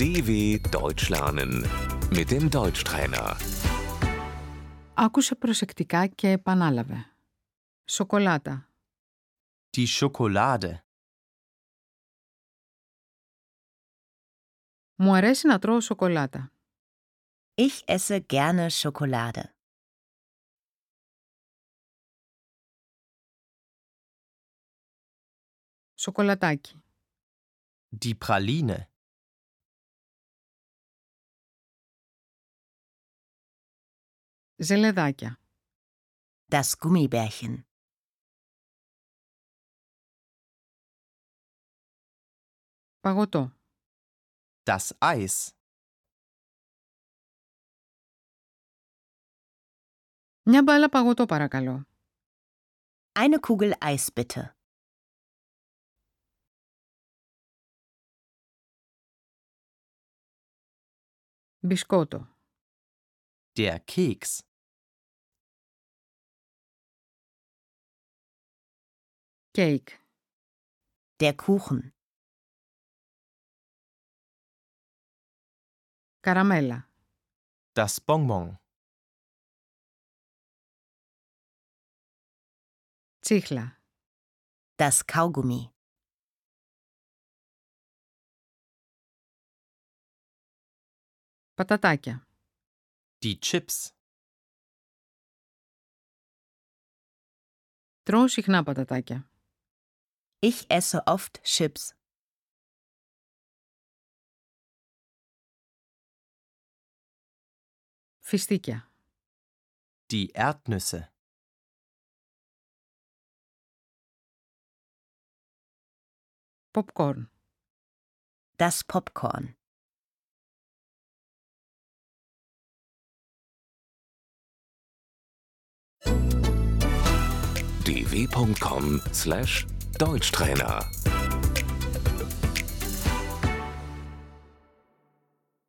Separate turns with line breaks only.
DW Deutsch lernen mit dem Deutschtrainer.
Άκουσε προσεκτικά και επανάλαβε. Σοκολάτα.
Die Schokolade.
Μου αρέσει να τρώω σοκολάτα.
Ich esse gerne Schokolade.
Σοκολατάκι.
Die Praline.
Ζελεδάκια.
Das Gummibärchen.
Παγωτό.
Das Eis.
Μια μπάλα παγωτό παρακαλώ.
Eine Kugel Eis bitte.
Μπισκότο.
Der Keks.
Κέικ.
Der Kuchen.
Καραμέλα.
Das Bonbon.
Τσίχλα.
Das Kaugummi.
Πατατάκια.
Die Chips.
Τρώω συχνά πατατάκια.
Ich esse oft Chips.
Φιστίκια.
Die Erdnüsse.
Popcorn.
Das Popcorn.
dw.com/deutschtrainer